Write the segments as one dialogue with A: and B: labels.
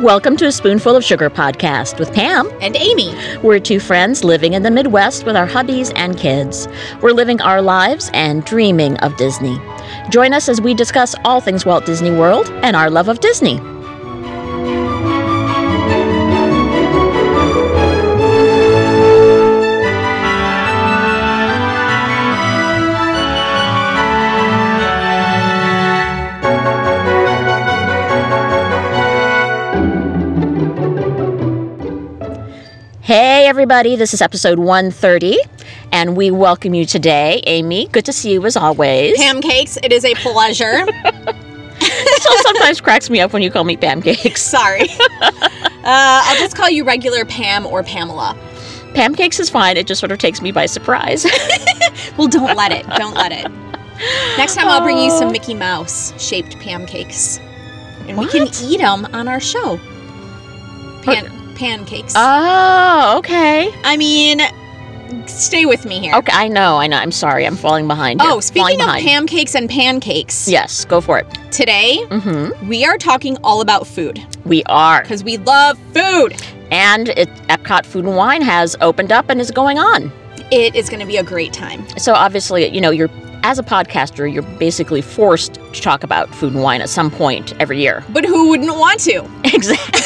A: Welcome to a Spoonful of Sugar podcast with Pam.
B: And Amy.
A: We're two friends living in the Midwest with our hubbies and kids. We're living our lives and dreaming of Disney. Join us as we discuss all things Walt Disney World and our love of Disney. Hey, everybody, this is episode 130, and we welcome you today. Amy, good to see you as always.
B: Pam cakes, it is a pleasure.
A: still sometimes cracks me up when you call me Pam Cakes.
B: Sorry. Uh, I'll just call you regular Pam or Pamela.
A: Pam Cakes is fine, it just sort of takes me by surprise.
B: Well, don't let it. Don't let it. Next time I'll bring you some Mickey Mouse shaped Pam cakes. And we
A: What?
B: can eat them on our show. Pan pancakes.
A: oh, okay.
B: I mean, stay with me here.
A: Okay, I know, I know. I'm sorry, I'm falling behind.
B: Oh,
A: here.
B: speaking
A: falling
B: of
A: behind.
B: pancakes and pancakes,
A: Yes, go for it.
B: today
A: hmm
B: we are talking all about food
A: We are.
B: because we love food.
A: And it, Epcot Food and Wine has opened up and is going on.
B: It is going to be a great time.
A: So obviously, you know, you're as a podcaster, you're basically forced to talk about food and wine at some point every year.
B: But who wouldn't want to?
A: Exactly.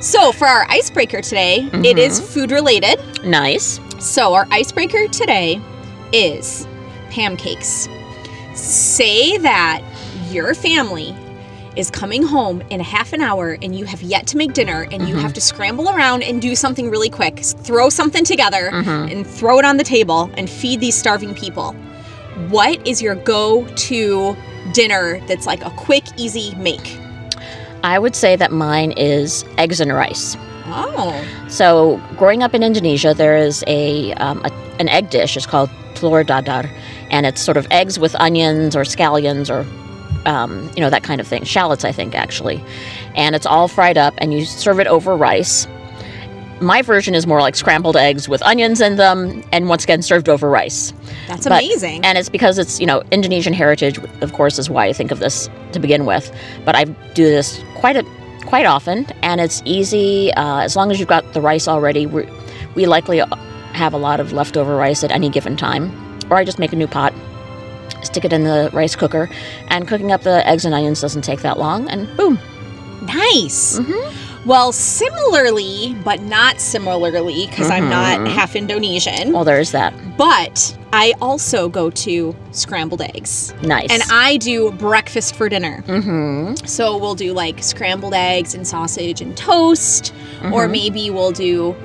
B: So, for our icebreaker today, it is food related.
A: nice.
B: So, our icebreaker today is pancakes. Say that your family is coming home in half an hour and you have yet to make dinner and you have to scramble around and do something really quick. S- Throw something together
A: Mm-hmm.
B: and throw it on the table and feed these starving people. What is your go to dinner that's like a quick, easy make?
A: I would say that mine is eggs and rice.
B: Oh,
A: So, growing up in Indonesia, there is a, um, a an egg dish. It's called telur dadar, and it's sort of eggs with onions or scallions or um, you know that kind of thing. Shallots, I think, actually, and it's all fried up, and you serve it over rice. My version is more like scrambled eggs with onions in them, and once again served over rice.
B: that's
A: But-
B: amazing.
A: And it's because it's, you know, Indonesian heritage, of course, is why I think of this to begin with. But I do this quite a quite often, and it's easy uh, as long as you've got the rice already. We we likely have a lot of leftover rice at any given time, or I just make a new pot, stick it in the rice cooker, and cooking up the eggs and onions doesn't take that long, and boom.
B: Nice.
A: Mm-hmm.
B: Well, similarly, but not similarly, because I'm not
A: Mm-hmm.
B: half Indonesian,
A: Well, there is that.
B: but I also go to scrambled eggs.
A: Nice.
B: And I do breakfast for dinner.
A: mm-hmm.
B: So we'll do like scrambled eggs and sausage and toast, or
A: Mm-hmm.
B: maybe we'll do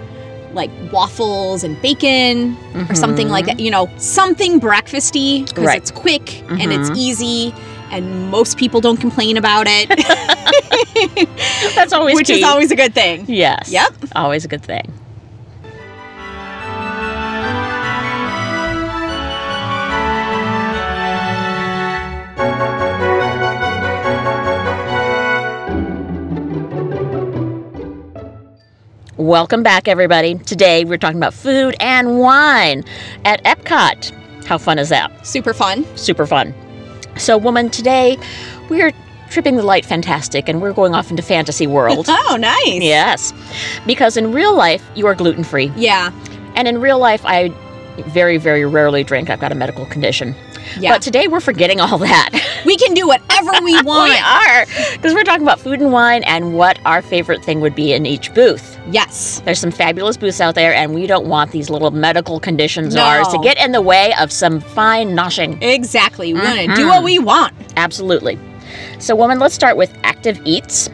B: like waffles and bacon or something like that. You know, something breakfasty because
A: Mm-hmm. Right. Mm-hmm.
B: it's quick and it's easy and most people don't complain about it,
A: That's always
B: which is
A: key.
B: always a good thing.
A: yes.
B: Yep.
A: Always a good thing. Welcome back, everybody. Today we're talking about food and wine at Epcot. How fun is that?
B: Super fun.
A: super fun. So, woman, today we're tripping the light fantastic and we're going off into fantasy world.
B: Oh, nice.
A: yes, because in real life you are gluten free,
B: Yeah.
A: and in real life I very, very rarely drink. I've got a medical condition.
B: Yeah.
A: But Oh, today we're forgetting all that.
B: we can do whatever we want.
A: we are, because we're talking about food and wine and what our favorite thing would be in each booth.
B: Yes.
A: There's some fabulous booths out there, and we don't want these little medical conditions of ours to
B: No.
A: get in the way of some fine noshing.
B: Exactly. We're going to do what
A: Mm-hmm.
B: we want.
A: Absolutely. So, woman, let's start with active eats.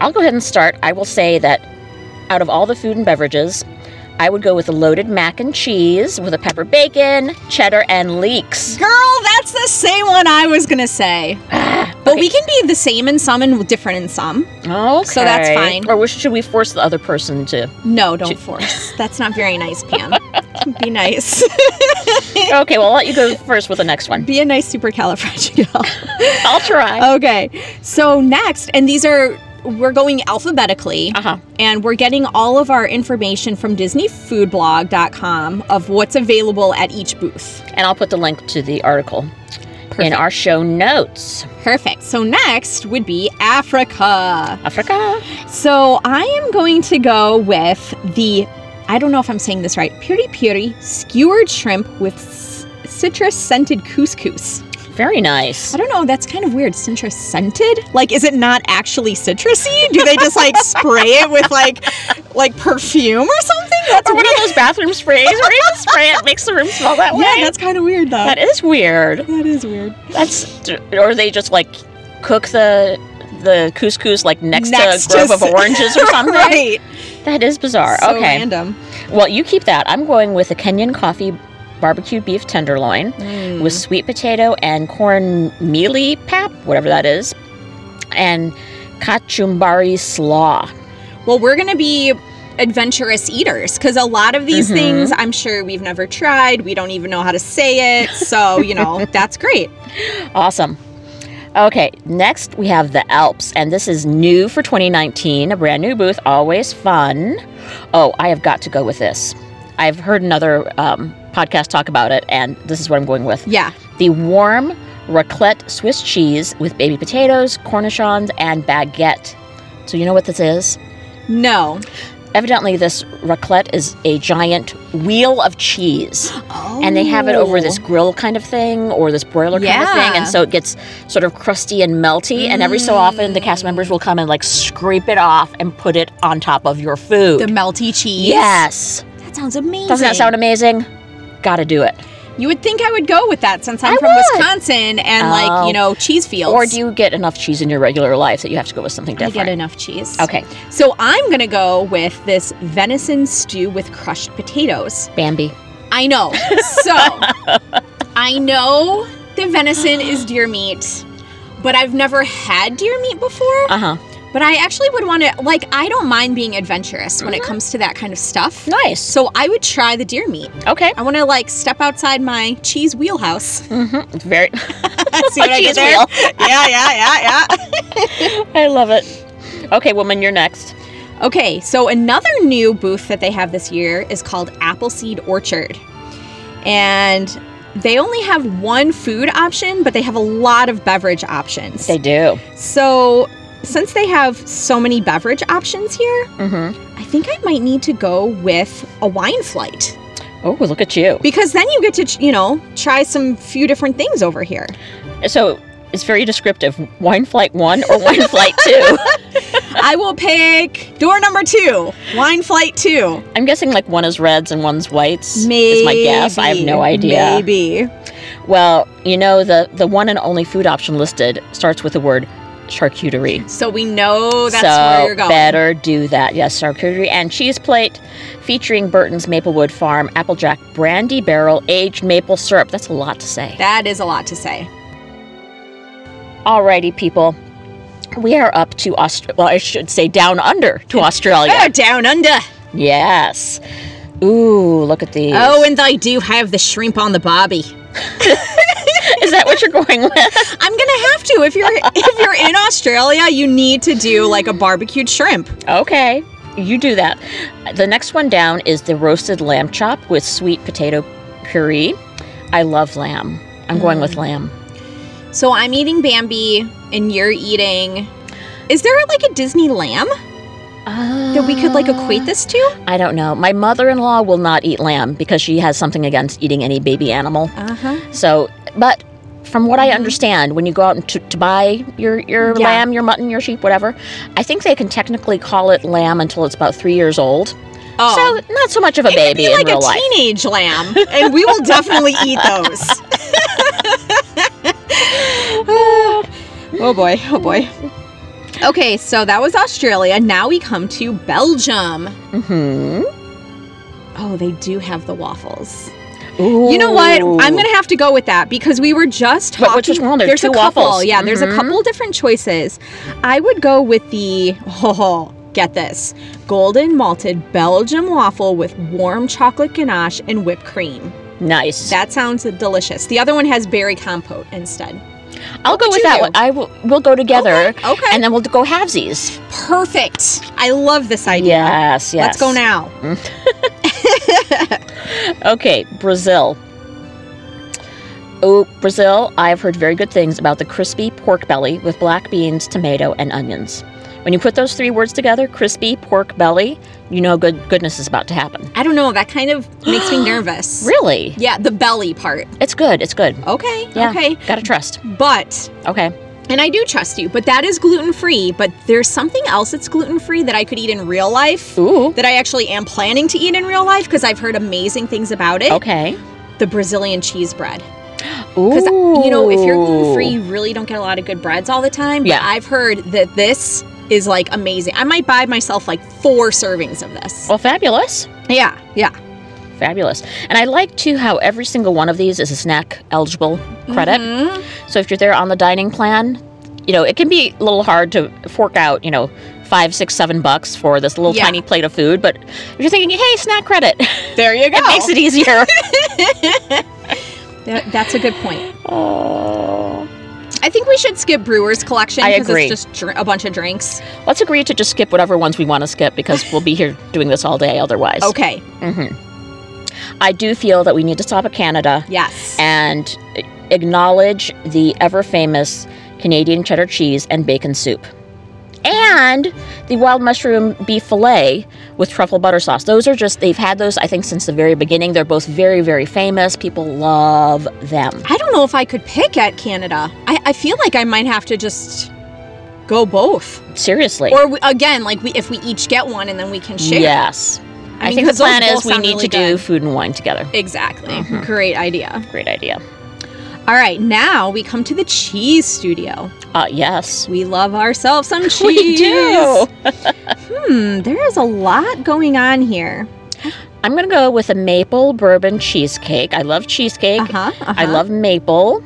A: I'll go ahead and start. I will say that out of all the food and beverages, I would go with a loaded mac and cheese with a pepper bacon, cheddar, and leeks.
B: Girl, that's the same one I was going to say. But we can be the same in some and different in some.
A: Okay.
B: So that's fine.
A: Or we- should we force the other person to?
B: No, don't force. That's not very nice, Pam. be nice.
A: Okay, well, I'll let you go first with the next one.
B: be a nice supercalifragilistic.
A: I'll try.
B: okay. So next, and these are we're going alphabetically.
A: Uh huh.
B: and we're getting all of our information from disneyfoodblog.com of what's available at each booth.
A: And I'll put the link to the article
B: Perfect.
A: in our show notes.
B: Perfect. So next would be Africa.
A: Africa.
B: So I am going to go with the, I don't know if I'm saying this right, piri piri skewered shrimp with citrus scented couscous.
A: Very nice.
B: I don't know, that's kind of weird. Citrus scented? Like, is it not actually citrusy? Do they just like spray it with like, like perfume or something? That's
A: Or one of
B: weird.
A: those bathroom sprays where you spray it makes the room smell that way.
B: Yeah, that's kind of weird though.
A: that is weird.
B: that is weird.
A: That's or they just like cook the the couscous like next,
B: Next
A: to a grove of
B: to s-
A: oranges or something.
B: right.
A: That is bizarre.
B: So
A: okay.
B: random.
A: Well, you keep that. I'm going with a Kenyan coffee barbecue beef tenderloin
B: Mm-hmm.
A: with sweet potato and corn mealy pap, whatever that is, and kachumbari slaw.
B: Well, we're going to be adventurous eaters because a lot of these
A: Mhm.
B: things I'm sure we've never tried. We don't even know how to say it. So, you know, that's great.
A: Awesome. Okay, next we have the Alps, and this is new for 2019, a brand new booth, always fun. Oh, I have got to go with this. I've heard another um, podcast talk about it, and this is what I'm going with.
B: Yeah.
A: the warm raclette Swiss cheese with baby potatoes, cornichons, and baguette. So, you know what this is?
B: No.
A: Evidently, this raclette is a giant wheel of cheese, and they have it over
B: Oh.
A: this grill kind of thing or this broiler kind of
B: Yeah.
A: thing, and so it gets sort of crusty and melty. And every so often, the cast members will come and like scrape it off and put it on top of your food.
B: The melty cheese.
A: yes,
B: That sounds amazing.
A: doesn't that sound amazing? Gotta do it.
B: You would think I would go with that since I'm
A: I
B: from
A: would.
B: Wisconsin and
A: Oh.
B: like, you know, cheese fields.
A: Or do you get enough cheese in your regular life that you have to go with something
B: I
A: different?
B: get enough cheese.
A: Okay,
B: So I'm going to go with this venison stew with crushed potatoes.
A: Bambi.
B: I know. So I know the venison is deer meat, but I've never had deer meat before.
A: Uh huh.
B: But I actually would want to, like, I don't mind being adventurous when it comes to that kind of stuff.
A: Nice.
B: So I would try the deer meat.
A: Okay.
B: I want to, like, step outside my cheese wheelhouse.
A: Mm-hmm. Very.
B: See what I
A: Cheese
B: did there?
A: wheel.
B: yeah, yeah, yeah, yeah.
A: I love it. Okay, woman, you're next.
B: Okay, so another new booth that they have this year is called Appleseed Orchard. And they only have one food option, but they have a lot of beverage options.
A: They do.
B: So, since they have so many beverage options here,
A: Mm-hmm.
B: I think I might need to go with a wine flight
A: Oh, look at you.
B: because then you get to, ch- you know, try some few different things over here.
A: So it's very descriptive. Wine flight one or wine flight two.
B: I will pick door number 2, wine flight 2.
A: I'm guessing like one is reds and one's whites.
B: Maybe.
A: Is my guess. I have no idea.
B: Maybe.
A: Well, you know the the one and only food option listed starts with the word charcuterie.
B: So we know that's
A: so
B: where you're going.
A: better do that. Yes, charcuterie and cheese plate featuring Burton's Maplewood Farm Applejack Brandy Barrel Aged Maple Syrup. That's a lot to say.
B: That is a lot to say.
A: Alrighty, people. We are up to Aust. Well, I should say down under to Australia.
B: Oh, down under.
A: yes. Ooh, look at these.
B: Oh, and they do have the shrimp on the barbie.
A: is that what you're going with?
B: I'm gonna have to if you're if you're in Australia, you need to do like a barbecued shrimp.
A: okay, you do that. The next one down is the roasted lamb chop with sweet potato puree. I love lamb. I'm going
B: Mm.
A: with lamb.
B: So I'm eating Bambi, and you're eating. Is there like a Disney lamb that we could like equate this to?
A: Ah. I don't know. My mother-in-law will not eat lamb because she has something against eating any baby animal.
B: Uh huh.
A: So, but from what I understand, when you go out and to, to buy your your
B: Mm-hmm. Yeah.
A: lamb, your mutton, your sheep, whatever, I think they can technically call it lamb until it's about three years old.
B: Oh,
A: So not so much of a
B: it could
A: baby
B: be like
A: in real
B: a
A: life.
B: teenage lamb, and we will definitely eat those. oh boy! Oh boy! Okay, so that was Australia. Now we come to Belgium.
A: Mm-hmm.
B: Oh, they do have the waffles. You know what? I'm gonna have to go with that because we were just talking.
A: But which is one? There's
B: a
A: two
B: couple.
A: waffles.
B: Yeah, there's a
A: Mhm.
B: couple different choices. I would go with the oh, get this golden malted Belgium waffle with warm chocolate ganache and whipped cream.
A: nice.
B: That sounds delicious. The other one has berry compote instead.
A: I'll go
B: would
A: with
B: you
A: that
B: do?
A: one. I will. We'll go together,
B: Okay. okay.
A: and then we'll go halvesies.
B: Perfect. I love this idea.
A: Yes. Yes.
B: Let's go now.
A: Okay, Brazil. Oh, Brazil, I have heard very good things about the crispy pork belly with black beans, tomato, and onions. When you put those three words together, crispy pork belly, you know good goodness is about to happen.
B: I don't know. That kind of makes me nervous.
A: Really?
B: Yeah, the belly part.
A: It's good. It's good.
B: Okay.
A: Yeah.
B: Okay.
A: Gotta trust.
B: But
A: Okay.
B: and I do trust you, but that is gluten free. But there's something else that's gluten free that I could eat in real life
A: Ooh.
B: that I actually am planning to eat in real life because I've heard amazing things about it.
A: Okay.
B: The Brazilian cheese bread.
A: Ooh.
B: Because, you know, if you're gluten free, you really don't get a lot of good breads all the time. But
A: Yeah.
B: I've heard that this is like amazing. I might buy myself like four servings of this.
A: Well, fabulous.
B: Yeah, yeah.
A: Fabulous. And I like too how every single one of these is a snack eligible credit.
B: Mhm.
A: So if you're there on the dining plan, you know, it can be a little hard to fork out, you know, five, six, seven bucks for this little
B: Yeah.
A: tiny plate of food. But if you're thinking, hey, snack credit, it
B: There you go.
A: makes it easier.
B: That- that's a good point.
A: oh.
B: I think we should skip Brewer's collection
A: I agree.
B: it's just dr- a bunch of drinks.
A: Let's agree to just skip whatever ones we want to skip because we'll be here doing this all day otherwise.
B: Okay.
A: hmm I do feel that we need to stop at Canada
B: Yes.
A: and acknowledge the ever famous Canadian cheddar cheese and bacon soup. And the wild mushroom beef filet with truffle butter sauce. Those are just, they've had those, I think, since the very beginning. They're both very, very famous. People love them.
B: I don't know if I could pick at Canada. I, I feel like I might have to just go both.
A: Seriously.
B: Or we, again, like we if we each get one and then we can share.
A: Yes. I,
B: mean,
A: think the
B: 'cause those
A: plan
B: both
A: is we
B: sound
A: need to
B: really
A: do
B: good.
A: food and wine together.
B: Exactly.
A: Mhm.
B: Great idea.
A: Great idea.
B: All right, now we come to the cheese studio.
A: Uh, yes.
B: We love ourselves some cheese.
A: We do.
B: Hmm, there is a lot going on here.
A: I'm going to go with a maple bourbon cheesecake. I love cheesecake.
B: Uh-huh, uh-huh.
A: I love maple,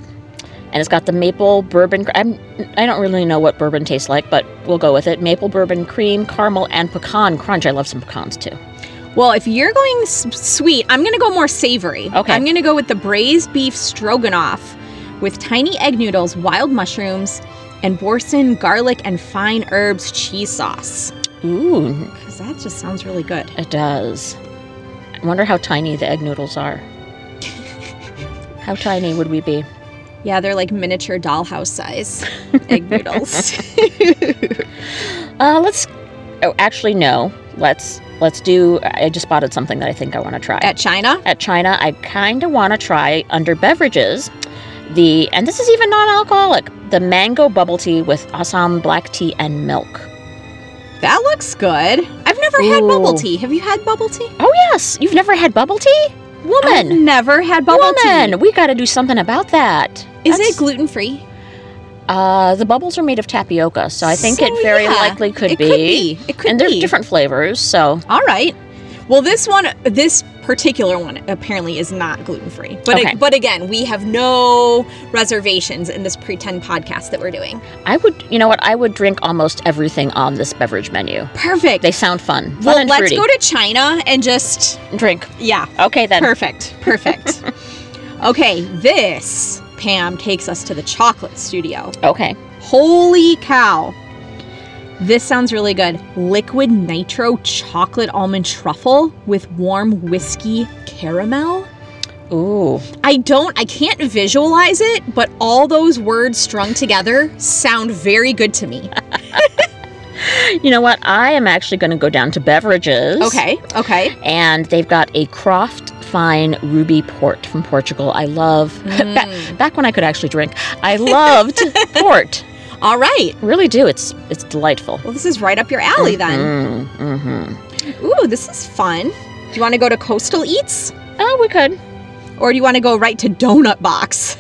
A: and it's got the maple bourbon. cr- I'm, I don't really know what bourbon tastes like, but we'll go with it. Maple bourbon cream, caramel, and pecan crunch. I love some pecans too.
B: Well, if you're going s- sweet, I'm going to go more savory.
A: Okay.
B: I'm going to go with the braised beef stroganoff with tiny egg noodles, wild mushrooms, and Borson garlic and fine herbs cheese sauce.
A: Ooh,
B: Because that just sounds really good.
A: it does. I wonder how tiny the egg noodles are. How tiny would we be?
B: Yeah, they're like miniature dollhouse size egg noodles.
A: Uh, let's. Oh, actually, no. Let's let's do. I just spotted something that I think I want to try.
B: At China?
A: at China, I kind of want to try under beverages the, and this is even non alcoholic, the mango bubble tea with Assam black tea and milk.
B: That looks good. I've never had bubble
A: Ooh.
B: tea. Have you had bubble tea?
A: Oh, yes. You've never had bubble tea?
B: I've
A: Woman.
B: never had bubble
A: woman, we got to do something about that.
B: tea. Is
A: That's-
B: it gluten free?
A: Uh, the bubbles are made of tapioca, so I think
B: So,
A: it very
B: yeah,
A: likely could
B: it
A: be.
B: could be. It could
A: and
B: be.
A: there's different flavors, so
B: All right. Well, this one, this particular one, apparently is not gluten free. But
A: Okay.
B: but again, we have no reservations in this pretend podcast that we're doing.
A: I would, you know what, I would drink almost everything on this beverage menu.
B: Perfect.
A: They sound fun. Fun
B: well,
A: and
B: let's
A: fruity.
B: go to China and just
A: drink.
B: yeah.
A: Okay, then.
B: Perfect. Perfect. okay, this Pam takes us to the chocolate studio.
A: Okay.
B: Holy cow. This sounds really good. Liquid nitro chocolate almond truffle with warm whiskey caramel.
A: Ooh.
B: I don't, I can't visualize it, but all those words strung together sound very good to me.
A: You know what? I am actually going to go down to beverages.
B: Okay, okay.
A: And they've got a Croft Fine Ruby Port from Portugal. I love. ba-
B: Mm.
A: back when I could actually drink, I loved port.
B: All right.
A: Really do. It's it's delightful.
B: Well, this is right up your alley then.
A: Mm-hmm.
B: Ooh, this is fun. Do you want to go to Coastal Eats
A: Oh, we could.
B: or do you want to go right to Donut Box?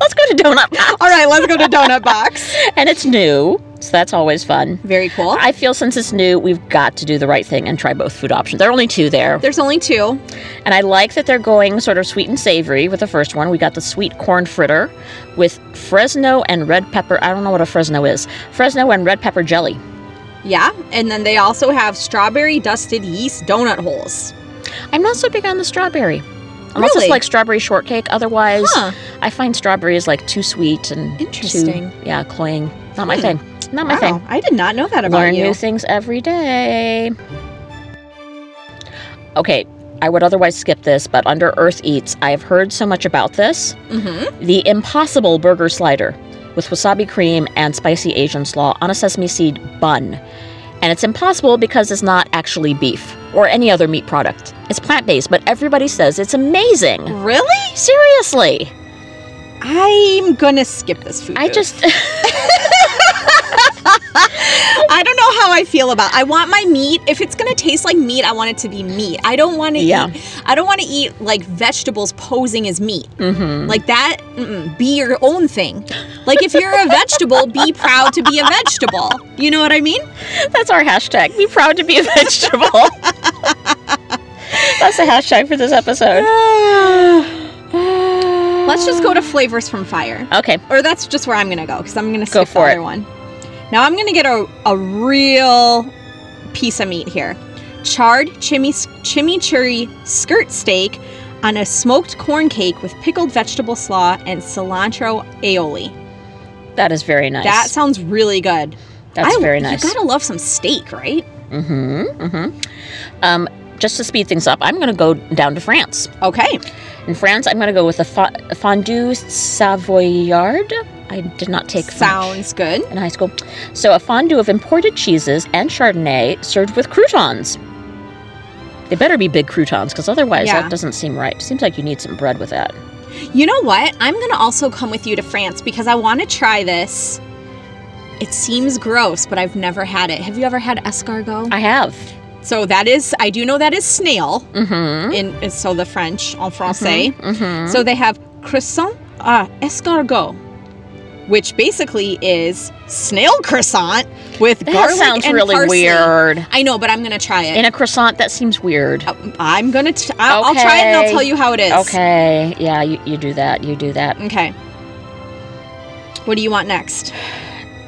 A: Let's go to Donut. Pop.
B: All right, let's go to Donut Box.
A: and it's new, so that's always fun.
B: Very cool.
A: I feel since it's new, we've got to do the right thing and try both food options. There are only two there.
B: There's only two.
A: And I like that they're going sort of sweet and savory with the first one. We got the sweet corn fritter with Fresno and red pepper. I don't know what a Fresno is. Fresno and red pepper jelly.
B: Yeah, and then they also have strawberry dusted yeast donut holes.
A: I'm not so big on the strawberry. Unless
B: Really?
A: it's like strawberry shortcake. Otherwise,
B: Huh.
A: I find strawberries like too sweet and
B: Interesting.
A: Too, yeah, cloying. Not my
B: Hmm.
A: thing. Not my
B: wow,
A: thing.
B: I did not know that about
A: Learn
B: you.
A: new things every day. Okay, I would otherwise skip this, but under Earth Eats, I have heard so much about this.
B: Mm-hmm.
A: The Impossible Burger Slider with wasabi cream and spicy Asian slaw on a sesame seed bun. And it's impossible because it's not actually beef or any other meat product. It's plant based, but everybody says it's amazing.
B: Really?
A: Seriously.
B: I'm gonna skip this food.
A: I
B: booth.
A: just.
B: I don't know how I feel about. I want my meat. If it's gonna taste like meat, I want it to be meat. I don't want to
A: Yeah.
B: eat. I don't want to eat like vegetables posing as meat.
A: Mhm.
B: Like that. Mm-mm, be your own thing. Like if you're a vegetable, be proud to be a vegetable. You know what I mean?
A: That's our hashtag. Be proud to be a vegetable. That's the hashtag for this episode.
B: Let's just go to flavors from fire.
A: Okay.
B: Or that's just where I'm gonna go because I'm gonna
A: Go
B: skip
A: for it.
B: the other one. Now I'm gonna get a, a real piece of meat here: charred chimi chimichurri skirt steak on a smoked corn cake with pickled vegetable slaw and cilantro aioli.
A: That is very nice.
B: That sounds really good.
A: That's
B: I-
A: very nice.
B: You gotta love some steak, right?
A: Mm-hmm. Mm-hmm. Um, just to speed things up, I'm going to go down to France.
B: Okay.
A: In France, I'm going to go with the fo- fondue savoyard. I did not take French
B: Sounds good.
A: in high school. So a fondue of imported cheeses and Chardonnay served with croutons. They better be big croutons, because otherwise
B: Yeah.
A: that doesn't seem right. Seems like you need some bread with that.
B: You know what? I'm going to also come with you to France because I want to try this. It seems gross, but I've never had it. Have you ever had escargot?
A: I have.
B: so that is, I do know that is snail
A: Mm-hmm.
B: in in- so the French en français.
A: Mm-hmm.
B: So they have croissant ah escargot, which basically is snail croissant with
A: That
B: garlic
A: sounds
B: and
A: really
B: parsley.
A: weird.
B: I know, but I'm gonna try it.
A: In a croissant, that seems weird.
B: Oh, I'm gonna. T- I'll, I'll try it and I'll
A: Okay.
B: tell you how it is.
A: Okay. Yeah, you, you do that. You do that.
B: Okay. What do you want next?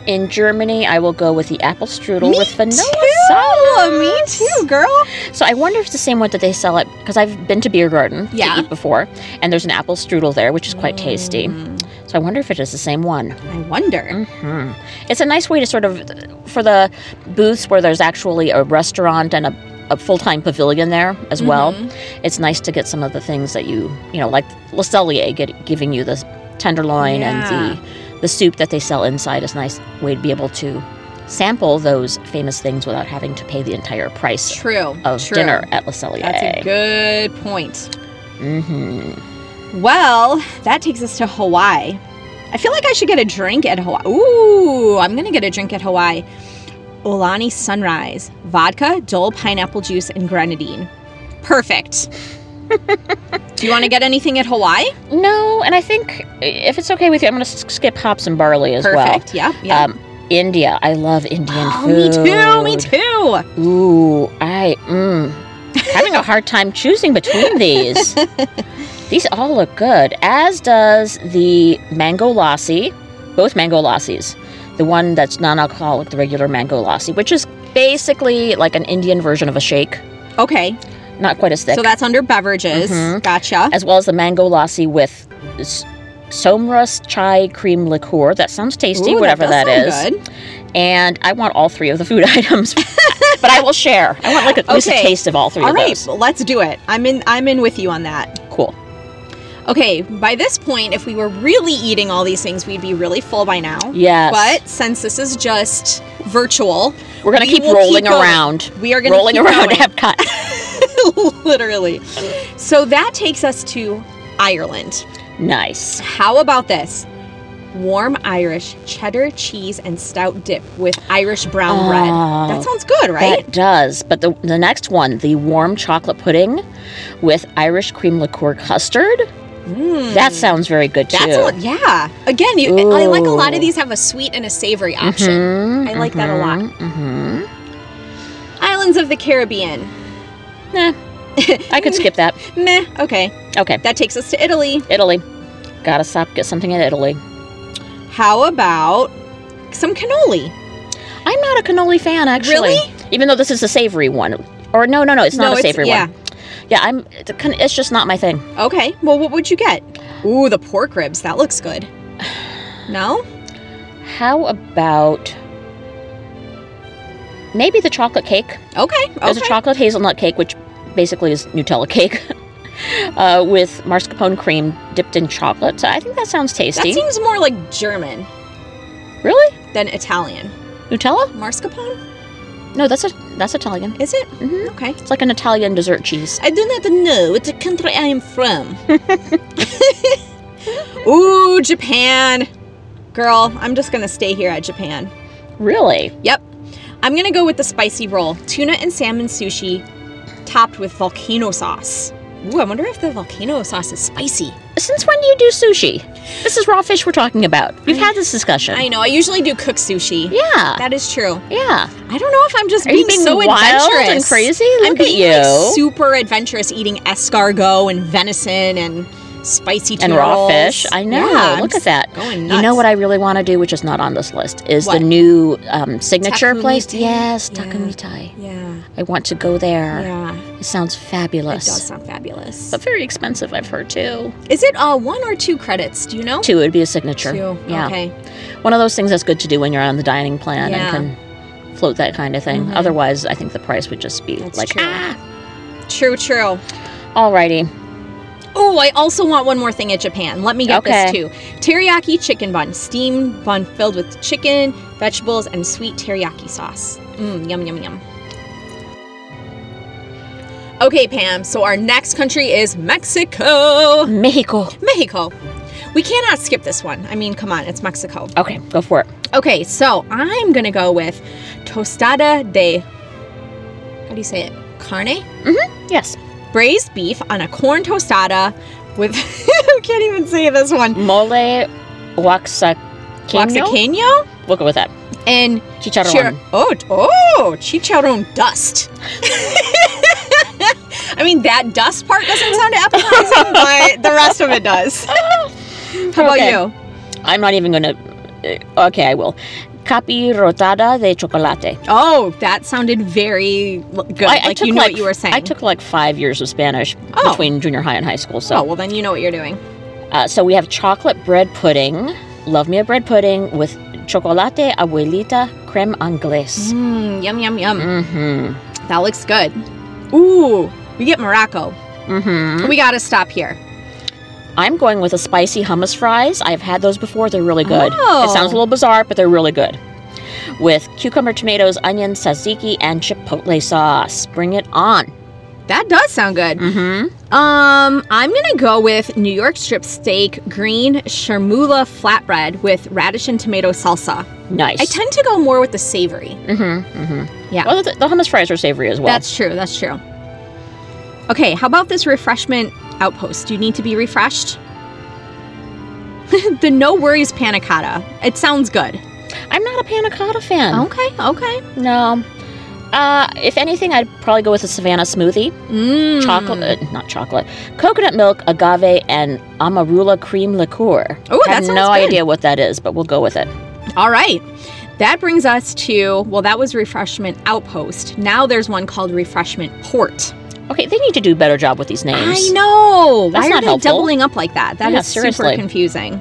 A: In Germany, I will go with the apple strudel
B: Me
A: with vanilla
B: too!
A: sauce.
B: Me too, girl.
A: So I wonder if it's the same one that they sell at because I've been to Beer Garden
B: Yeah.
A: to eat before, and there's an apple strudel there, which is quite tasty.
B: Mm,
A: So I wonder if it is the same one.
B: I wonder.
A: hmm It's a nice way to sort of for the booths where there's actually a restaurant and a, a full-time pavilion there as well.
B: Mhm.
A: It's nice to get some of the things that you you know like Le Cellier get, giving you the tenderloin
B: Yeah.
A: and the the soup that they sell inside is a nice way to be able to sample those famous things without having to pay the entire price
B: True.
A: of
B: true.
A: dinner at Le Cellier.
B: That's a good point.
A: Mm-hmm.
B: Well, that takes us to Hawaii. I feel like I should get a drink at Hawaii. Ooh, I'm gonna get a drink at Hawaii. Olani Sunrise, vodka, dull pineapple juice, and grenadine. Perfect. Do you want to get anything at Hawaii?
A: No, and I think if it's okay with you, I'm going to skip hops and barley as
B: Perfect. Yeah. Yep.
A: well. Um, India, I love Indian
B: oh, me
A: food.
B: too. Me too.
A: too. Ooh, I mm, having a hard time choosing between these. these all look good, as does the mango lassi, both mango lassis. The one that's non-alcoholic, the regular mango lassi, which is basically like an Indian version of a shake,
B: Okay.
A: not quite as thick.
B: So that's under beverages.
A: Mhm.
B: Gotcha.
A: as well as the mango lassi with s- somras chai cream liqueur. That sounds tasty,
B: Ooh,
A: whatever
B: does
A: that is.
B: sound good.
A: And I want all three of the food items, but I will share. I want like at least
B: Okay.
A: a taste of all three
B: All
A: of
B: right,
A: those.
B: well, let's do it. I'm in. I'm in with you on that.
A: Cool.
B: Okay. By this point, if we were really eating all these things, we'd be really full by now.
A: Yes.
B: But since this is just virtual,
A: We're gonna
B: we
A: keep
B: will
A: rolling
B: keep going.
A: around,
B: we are going to
A: rolling around Epcot.
B: literally. So that takes us to Ireland.
A: Nice.
B: How about this? Warm Irish cheddar cheese and stout dip with Irish brown
A: Oh,
B: bread. That sounds good, right?
A: That does. But the the next one, the warm chocolate pudding with Irish cream liqueur custard.
B: Mm.
A: That sounds very good too.
B: That's a, yeah. Again, you, I like a lot of
A: Ooh.
B: these have a sweet and a savory option.
A: Mhm,
B: I like that a lot.
A: mhm, mhm.
B: Islands of the Caribbean.
A: Nah, I could skip that.
B: Meh. Okay,
A: Okay,
B: that takes us to Italy.
A: Italy. Gotta stop, get something in Italy.
B: How about some cannoli?
A: I'm not a cannoli fan, actually.
B: Really?
A: Even though this is a savory one. Or no, no, no, it's not
B: No,
A: a
B: it's-
A: savory
B: yeah.
A: one. Yeah, I'm. It's, a con- it's just not my thing.
B: Okay. Well, what would you get? Ooh, the pork ribs. That looks good. No.
A: How about maybe the chocolate cake?
B: Okay.
A: There's
B: Okay.
A: a chocolate hazelnut cake, which basically is Nutella cake uh, with mascarpone cream dipped in chocolate. So I think that sounds
B: That
A: tasty.
B: seems more like German
A: really?
B: than Italian.
A: Nutella?
B: Mascarpone?
A: No, that's a that's Italian.
B: Is it?
A: hmm
B: Okay.
A: It's like an Italian dessert cheese.
B: I do not know what country I am from. Ooh, Japan. Girl, I'm just going to stay here at Japan.
A: Really?
B: Yep. I'm going to go with the spicy roll tuna and salmon sushi topped with volcano sauce. Ooh, I wonder if the volcano sauce is spicy.
A: Since when do you do sushi? This is raw fish we're talking about. We've had this discussion.
B: I know, I usually do cook sushi.
A: yeah.
B: That is true.
A: Yeah.
B: I don't know if I'm just
A: Are you
B: being,
A: being
B: so
A: wild
B: adventurous
A: and crazy?
B: I'm
A: Look at
B: being like,
A: you.
B: super adventurous, eating escargot and venison and spicy tuna
A: and raw
B: rolls.
A: fish. I know.
B: Yeah, I'm
A: Look at
B: just
A: that.
B: Going nuts.
A: You know what I really want to do, which is not on this list, is
B: What?
A: the new um, signature
B: Takumi
A: place.
B: Tea?
A: Yes,
B: Yeah.
A: Takumi Thai.
B: yeah,
A: I want to go there.
B: yeah.
A: It sounds
B: It
A: fabulous.
B: does sound fabulous.
A: But very expensive, I've heard too.
B: Is it uh, one or two credits? Do you know?
A: Two would be a signature.
B: Two.
A: Yeah.
B: Okay.
A: One of those things that's good to do when you're on the dining plan
B: Yeah.
A: and can float that kind of thing.
B: Mhm.
A: Otherwise, I think the price would just be
B: That's
A: like,
B: true.
A: ah,
B: True. True.
A: alrighty.
B: Oh, I also want one more thing at Japan. Let me get
A: Okay.
B: this too. Teriyaki chicken bun, steamed bun filled with chicken, vegetables, and sweet teriyaki sauce. Mmm, yum, yum, yum. Okay, Pam, so our next country is Mexico.
A: Mexico.
B: Mexico. We cannot skip this one. I mean, come on, it's Mexico.
A: Okay, go for it.
B: Okay, so I'm gonna go with tostada de, how do you say it? Carne?
A: Mm-hmm. Yes.
B: braised beef on a corn tostada with I can't even say this one.
A: Mole Oaxaqueño.
B: Oaxaqueño
A: We'll go with that.
B: and
A: Chicharrón.
B: chir- oh oh chicharron dust. I mean that dust part doesn't sound appetizing, but the rest of it does. How about
A: Okay.
B: you?
A: I'm not even gonna. uh, Okay, I will. Capi rotada de chocolate.
B: Oh, that sounded very l- good.
A: I, I
B: like you know what you were saying.
A: I took like five years of Spanish
B: Oh.
A: between junior high and high school.
B: Oh
A: So,
B: well, then you know what you're doing.
A: uh, so we have chocolate bread pudding. Love me a bread pudding with chocolate abuelita creme anglaise.
B: Mm, yum yum yum.
A: Mm-hmm.
B: That looks good. Ooh, we get Morocco.
A: Mm-hmm.
B: We gotta stop here.
A: I'm going with a spicy hummus fries. I've had those before. They're really good.
B: Oh.
A: It sounds a little bizarre, but they're really good. With cucumber, tomatoes, onions, tzatziki, and chipotle sauce. Bring it on.
B: That does sound good.
A: Mm-hmm.
B: Um, I'm gonna go with New York strip steak, green sharmula flatbread with radish and tomato salsa.
A: Nice.
B: I tend to go more with the savory.
A: Mm-hmm. Mm-hmm.
B: Yeah.
A: Well, the, the hummus fries are savory as well.
B: That's true. That's true. Okay, how about this refreshment outpost? Do you need to be refreshed? the no worries panna cotta. It sounds good.
A: I'm not a panna cotta fan.
B: Okay. Okay.
A: No. Uh, if anything, I'd probably go with a Savannah smoothie.
B: Mm.
A: Chocolate, uh, not chocolate. Coconut milk, agave, and amarula cream liqueur.
B: Oh, that
A: I have
B: sounds
A: no
B: good.
A: idea what that is, but we'll go with it.
B: All right. That brings us to well, that was refreshment outpost. Now there's one called refreshment port.
A: Okay, they need to do a better job with these names.
B: I know.
A: That's
B: Why are
A: not
B: they
A: helpful.
B: doubling up like that? That is
A: Yeah,
B: super
A: seriously.
B: confusing.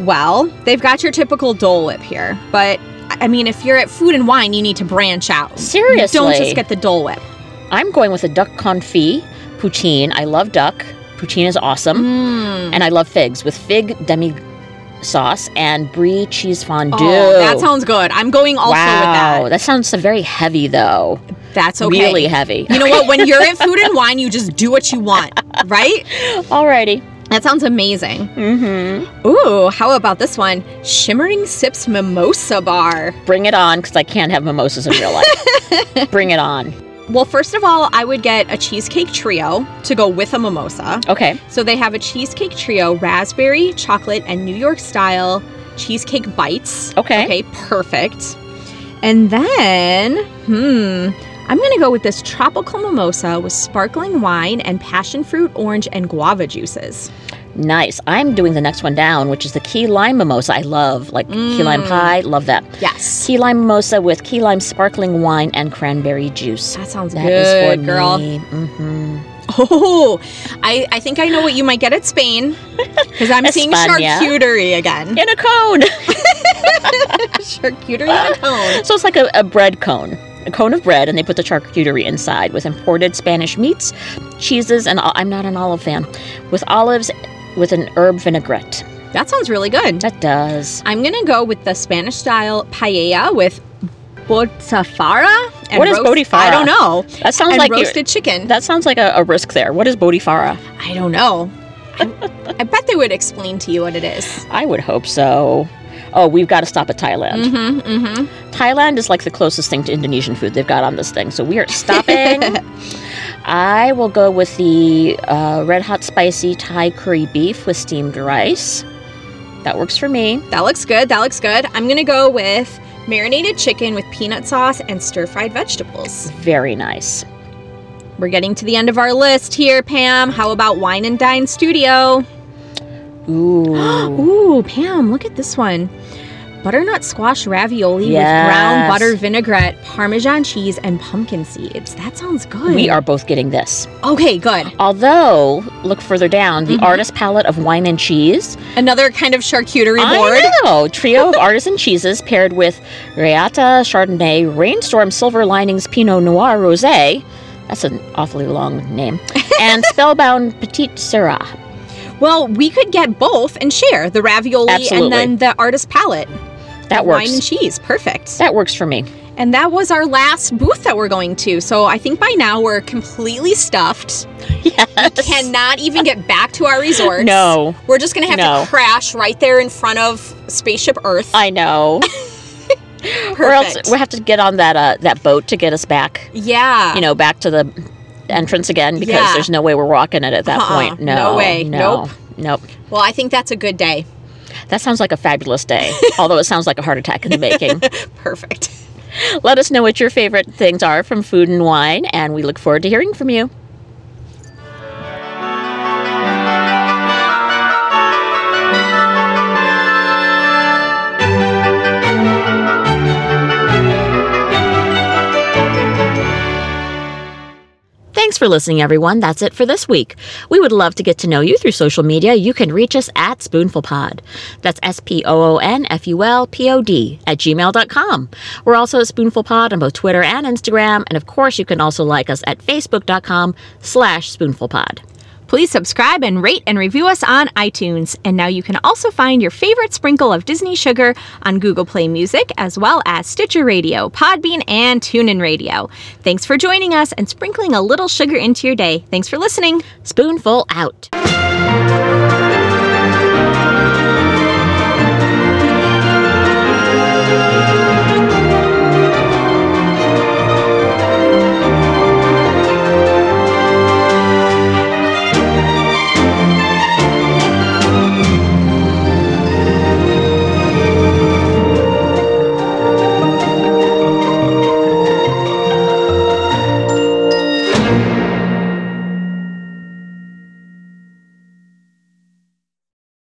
B: Well, they've got your typical Dole Whip here, but I I mean, if you're at food and wine, you need to branch out.
A: Seriously.
B: don't just get the Dole Whip.
A: I'm going with a duck confit poutine. I love duck. Poutine is awesome.
B: Mm.
A: And Um, I love figs with fig demi sauce and brie cheese fondue.
B: Oh, that sounds good. I'm going also
A: wow.
B: with
A: that. sounds very heavy, though.
B: that. That's okay.
A: Really heavy.
B: You know what? When you're at food and wine, you just do what you want, right?
A: Alrighty.
B: That sounds amazing.
A: Mm-hmm.
B: Ooh, how about this one? Shimmering Sips Mimosa Bar.
A: Bring it on, because I can't have mimosas in real life. Bring it on.
B: Well, first of all, I would get a cheesecake trio to go with a mimosa.
A: Okay.
B: So they have a cheesecake trio raspberry, chocolate, and New York style cheesecake bites.
A: Okay.
B: Okay, perfect. And then, hmm, I'm gonna go with this tropical mimosa with sparkling wine and passion fruit, orange, and guava juices.
A: Nice. I'm doing the next one down, which is the key lime mimosa. I love like key lime
B: Mm.
A: pie. Love that.
B: Yes.
A: Key lime mimosa with key lime sparkling wine and cranberry juice.
B: That sounds
A: That is
B: good,
A: for
B: girl.
A: me. Mhm.
B: Oh, I, I think I know what you might get at Spain because I'm seeing
A: España.
B: charcuterie again.
A: In a cone.
B: charcuterie on a cone.
A: so it's like a, a bread cone. a cone of bread, and they put the charcuterie inside with imported Spanish meats, cheeses, and ol- I'm not an olive fan, with olives with an herb vinaigrette.
B: That sounds really good.
A: That does.
B: I'm gonna go with the Spanish style paella with botifara. And
A: What is
B: roast-
A: botifara?
B: I don't know.
A: That sounds
B: and
A: like you-
B: roasted chicken.
A: that sounds like a, a risk there. What is Bodhifara?
B: I don't know. I, I bet they would explain to you what it is.
A: I would hope so. Oh, we've got to stop at Thailand.
B: Mm-hmm. Mm-hmm.
A: Thailand is like the closest thing to Indonesian food they've got on this thing, so we are stopping. I will go with the uh, red hot spicy Thai curry beef with steamed rice. That works for me.
B: That looks good. That looks good. I'm gonna go with marinated chicken with peanut sauce and stir fried vegetables.
A: Very nice.
B: We're getting to the end of our list here, Pam. How about Wine and Dine Studio?
A: Ooh.
B: Ooh, Pam, look at this one. Butternut squash ravioli with brown
A: Yes.
B: butter vinaigrette, parmesan cheese, and pumpkin seeds. That sounds good.
A: we are both getting this.
B: Okay, good.
A: Although, look further down, the
B: Mhm.
A: artist palette of wine and cheese.
B: Another kind of charcuterie board.
A: I know. Trio of artisan cheeses paired with Reata, Chardonnay, Rainstorm, Silver Linings, Pinot Noir, Rosé. That's an awfully long name. And Spellbound Petite Syrah.
B: Well, we could get both and share the ravioli
A: Absolutely.
B: and then the artist palette.
A: That
B: Wine and
A: works.
B: cheese. Perfect.
A: That works for me.
B: And that was our last booth that we're going to. So I think by now we're completely stuffed.
A: Yes.
B: Cannot even get back to our resorts.
A: No.
B: We're just going to have
A: No.
B: to crash right there in front of Spaceship Earth.
A: I know.
B: Perfect.
A: Or else we'll have to get on that uh, that boat to get us back.
B: Yeah.
A: You know, back to the entrance again because
B: Yeah.
A: there's no way we're walking it at that
B: Uh-uh.
A: point. No.
B: No way.
A: No. Nope.
B: Well, I think that's a good day.
A: That sounds like a fabulous day, although it sounds like a heart attack in the making.
B: Perfect.
A: Let us know what your favorite things are from food and wine, and we look forward to hearing from you. Thanks for listening, everyone. That's it for this week. We would love to get to know you through social media. You can reach us at SpoonfulPod. That's S P O O N F U L P O D at gmail.com. We're also at SpoonfulPod on both Twitter and Instagram. And of course, you can also like us at facebook.com slash SpoonfulPod.
B: Please subscribe and rate and review us on iTunes. And now you can also find your favorite sprinkle of Disney sugar on Google Play Music, as well as Stitcher Radio, Podbean, and TuneIn Radio. Thanks for joining us and sprinkling a little sugar into your day. Thanks for listening.
A: Spoonful out.